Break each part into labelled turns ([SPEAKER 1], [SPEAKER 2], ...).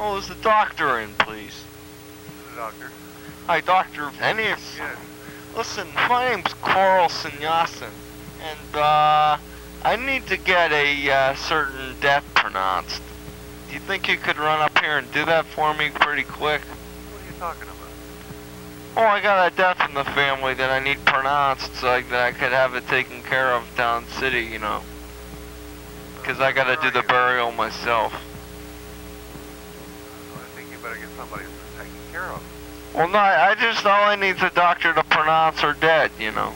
[SPEAKER 1] Oh, is the doctor in, please?
[SPEAKER 2] The doctor.
[SPEAKER 1] Hi, Dr. Venice.
[SPEAKER 2] Yes.
[SPEAKER 1] Listen, my name's Carl Sanyasin, and uh, I need to get a uh, certain death pronounced. Do you think you could run up here and do that for me pretty quick?
[SPEAKER 2] What are you talking about?
[SPEAKER 1] Oh, I got a death in the family that I need pronounced so I, that I could have it taken care of down city, you know. Because I got to
[SPEAKER 2] Where
[SPEAKER 1] do
[SPEAKER 2] are
[SPEAKER 1] the
[SPEAKER 2] you?
[SPEAKER 1] burial myself.
[SPEAKER 2] I think you better get somebody to take care of.
[SPEAKER 1] Well, no, I I just all I need is a doctor to pronounce her dead. You know,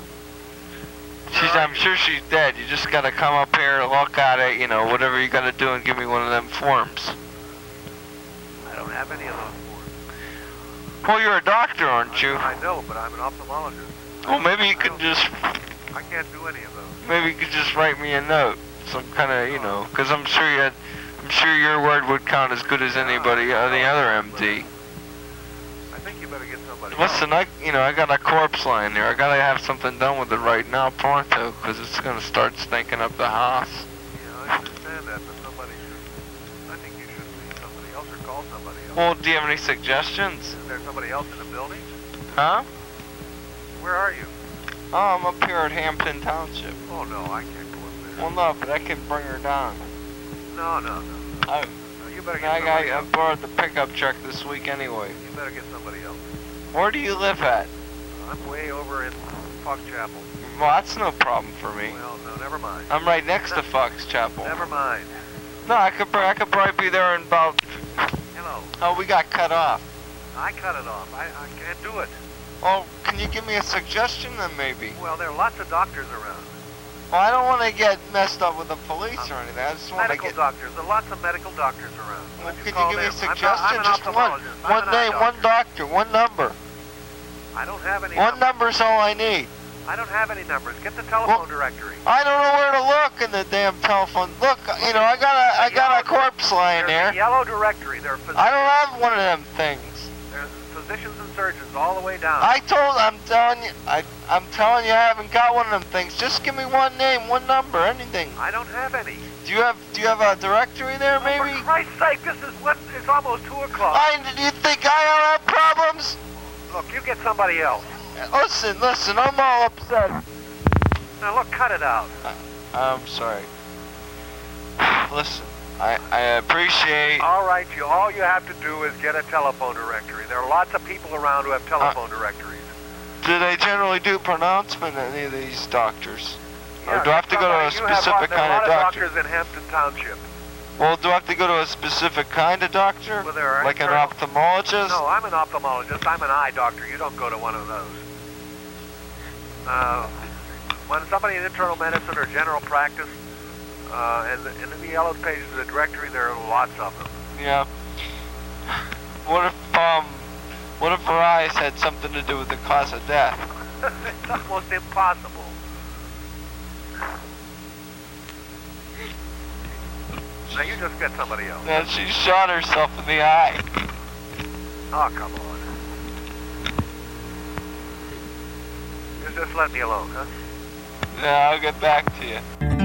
[SPEAKER 1] she's. I'm sure she's dead. You just gotta come up here, look at it. You know, whatever you gotta do, and give me one of them forms.
[SPEAKER 2] I don't have any of those forms.
[SPEAKER 1] Well, you're a doctor, aren't you?
[SPEAKER 2] I know, but I'm an ophthalmologist. I
[SPEAKER 1] Well,
[SPEAKER 2] don't-
[SPEAKER 1] maybe
[SPEAKER 2] I
[SPEAKER 1] you could
[SPEAKER 2] don't-
[SPEAKER 1] just,
[SPEAKER 2] I can't do any of those.
[SPEAKER 1] maybe you could just write me a note, some kind of, you know, 'cause I'm sure you, had, I'm sure your word would count as good as anybody, uh, the other MD.
[SPEAKER 2] I think you better get somebody.
[SPEAKER 1] Listen, I, you know, I got a corpse lying there. I gotta have something done with it right now, pronto, 'cause it's gonna start stinking up the house.
[SPEAKER 2] else. Yeah, I understand that, but somebody should. I think you should see somebody else or call somebody else.
[SPEAKER 1] Well, do you have any suggestions?
[SPEAKER 2] Is there somebody else in the building?
[SPEAKER 1] Huh?
[SPEAKER 2] Where are you?
[SPEAKER 1] Oh, I'm up here at Hampton Township.
[SPEAKER 2] Oh no, I can't go in there.
[SPEAKER 1] Well, no, but I can bring her down.
[SPEAKER 2] no, no, no.
[SPEAKER 1] I,
[SPEAKER 2] no you better get
[SPEAKER 1] I,
[SPEAKER 2] somebody
[SPEAKER 1] I, I
[SPEAKER 2] else.
[SPEAKER 1] borrowed the pickup truck this week anyway.
[SPEAKER 2] You better get somebody else.
[SPEAKER 1] Where do you live at?
[SPEAKER 2] I'm way over in Fox Chapel.
[SPEAKER 1] Well, that's no problem for me.
[SPEAKER 2] Well, no, never mind.
[SPEAKER 1] I'm right next to Fox Chapel.
[SPEAKER 2] Never mind.
[SPEAKER 1] No, I could, br- I could probably be there in about.
[SPEAKER 2] Hello.
[SPEAKER 1] Oh, we got cut off.
[SPEAKER 2] I cut it off. I, I can't do it.
[SPEAKER 1] Oh, can you give me a suggestion then, maybe?
[SPEAKER 2] Well, there are lots of doctors around.
[SPEAKER 1] Well, I don't want to get messed up with the police or anything. I just want to
[SPEAKER 2] medical
[SPEAKER 1] get.
[SPEAKER 2] doctors. There are lots of medical doctors around. Why
[SPEAKER 1] Well,
[SPEAKER 2] don't
[SPEAKER 1] could you
[SPEAKER 2] call
[SPEAKER 1] give me a
[SPEAKER 2] them? I'm
[SPEAKER 1] suggestion?
[SPEAKER 2] not- I'm an
[SPEAKER 1] just one,
[SPEAKER 2] ophthalmologist. I'm
[SPEAKER 1] one
[SPEAKER 2] an
[SPEAKER 1] name,
[SPEAKER 2] eye
[SPEAKER 1] one
[SPEAKER 2] doctor.
[SPEAKER 1] doctor, one number.
[SPEAKER 2] I don't have any.
[SPEAKER 1] One
[SPEAKER 2] numbers.
[SPEAKER 1] number's all I need.
[SPEAKER 2] I don't have any numbers. Get the telephone
[SPEAKER 1] Well-
[SPEAKER 2] directory.
[SPEAKER 1] I don't know where to look in the damn telephone. Look, you know, I got a, I got a corpse lying
[SPEAKER 2] There's a
[SPEAKER 1] there.
[SPEAKER 2] yellow directory. There are, phys-
[SPEAKER 1] I don't have one of them things.
[SPEAKER 2] there's physicians and surgeons all the way down.
[SPEAKER 1] I told, I'm telling you, I, I'm telling you, I haven't got one of them things. Just give me one name, one number, anything.
[SPEAKER 2] I don't have any.
[SPEAKER 1] Do you have, do you have a directory there, maybe?
[SPEAKER 2] For Christ's sake, this is what. It's almost two o'clock.
[SPEAKER 1] I, do you think I don't have problems?
[SPEAKER 2] Look, you get somebody else.
[SPEAKER 1] Listen, listen, I'm all upset.
[SPEAKER 2] Now look, cut it out.
[SPEAKER 1] I'm sorry. Listen, I, I appreciate.
[SPEAKER 2] All right, you. All you have to do is get a telephone directory. There are lots of people around who have
[SPEAKER 1] Uh,
[SPEAKER 2] telephone directories.
[SPEAKER 1] Do they generally do pronouncement at any of these doctors?
[SPEAKER 2] Yeah,
[SPEAKER 1] or do I have to
[SPEAKER 2] get
[SPEAKER 1] go to a
[SPEAKER 2] somebody- you have lot-
[SPEAKER 1] specific
[SPEAKER 2] there are a
[SPEAKER 1] kind
[SPEAKER 2] lot
[SPEAKER 1] of doctor?
[SPEAKER 2] doctors in Hampton Township.
[SPEAKER 1] Well, do I have to go to a specific kind of doctor?
[SPEAKER 2] Well, there are
[SPEAKER 1] like an
[SPEAKER 2] internal-
[SPEAKER 1] ophthalmologist?
[SPEAKER 2] No, I'm an ophthalmologist. I'm an eye doctor. You don't go to one of those. Uh, when somebody in internal medicine or general practice, uh, and, and in the yellow pages of the directory, there are lots of them.
[SPEAKER 1] Yeah. What if um, what if her eyes had something to do with the cause of death?
[SPEAKER 2] it's almost impossible. Now you just get somebody else.
[SPEAKER 1] That she shot herself in the eye.
[SPEAKER 2] Oh, come on. You just let me alone, huh?
[SPEAKER 1] Yeah, I'll get back to you.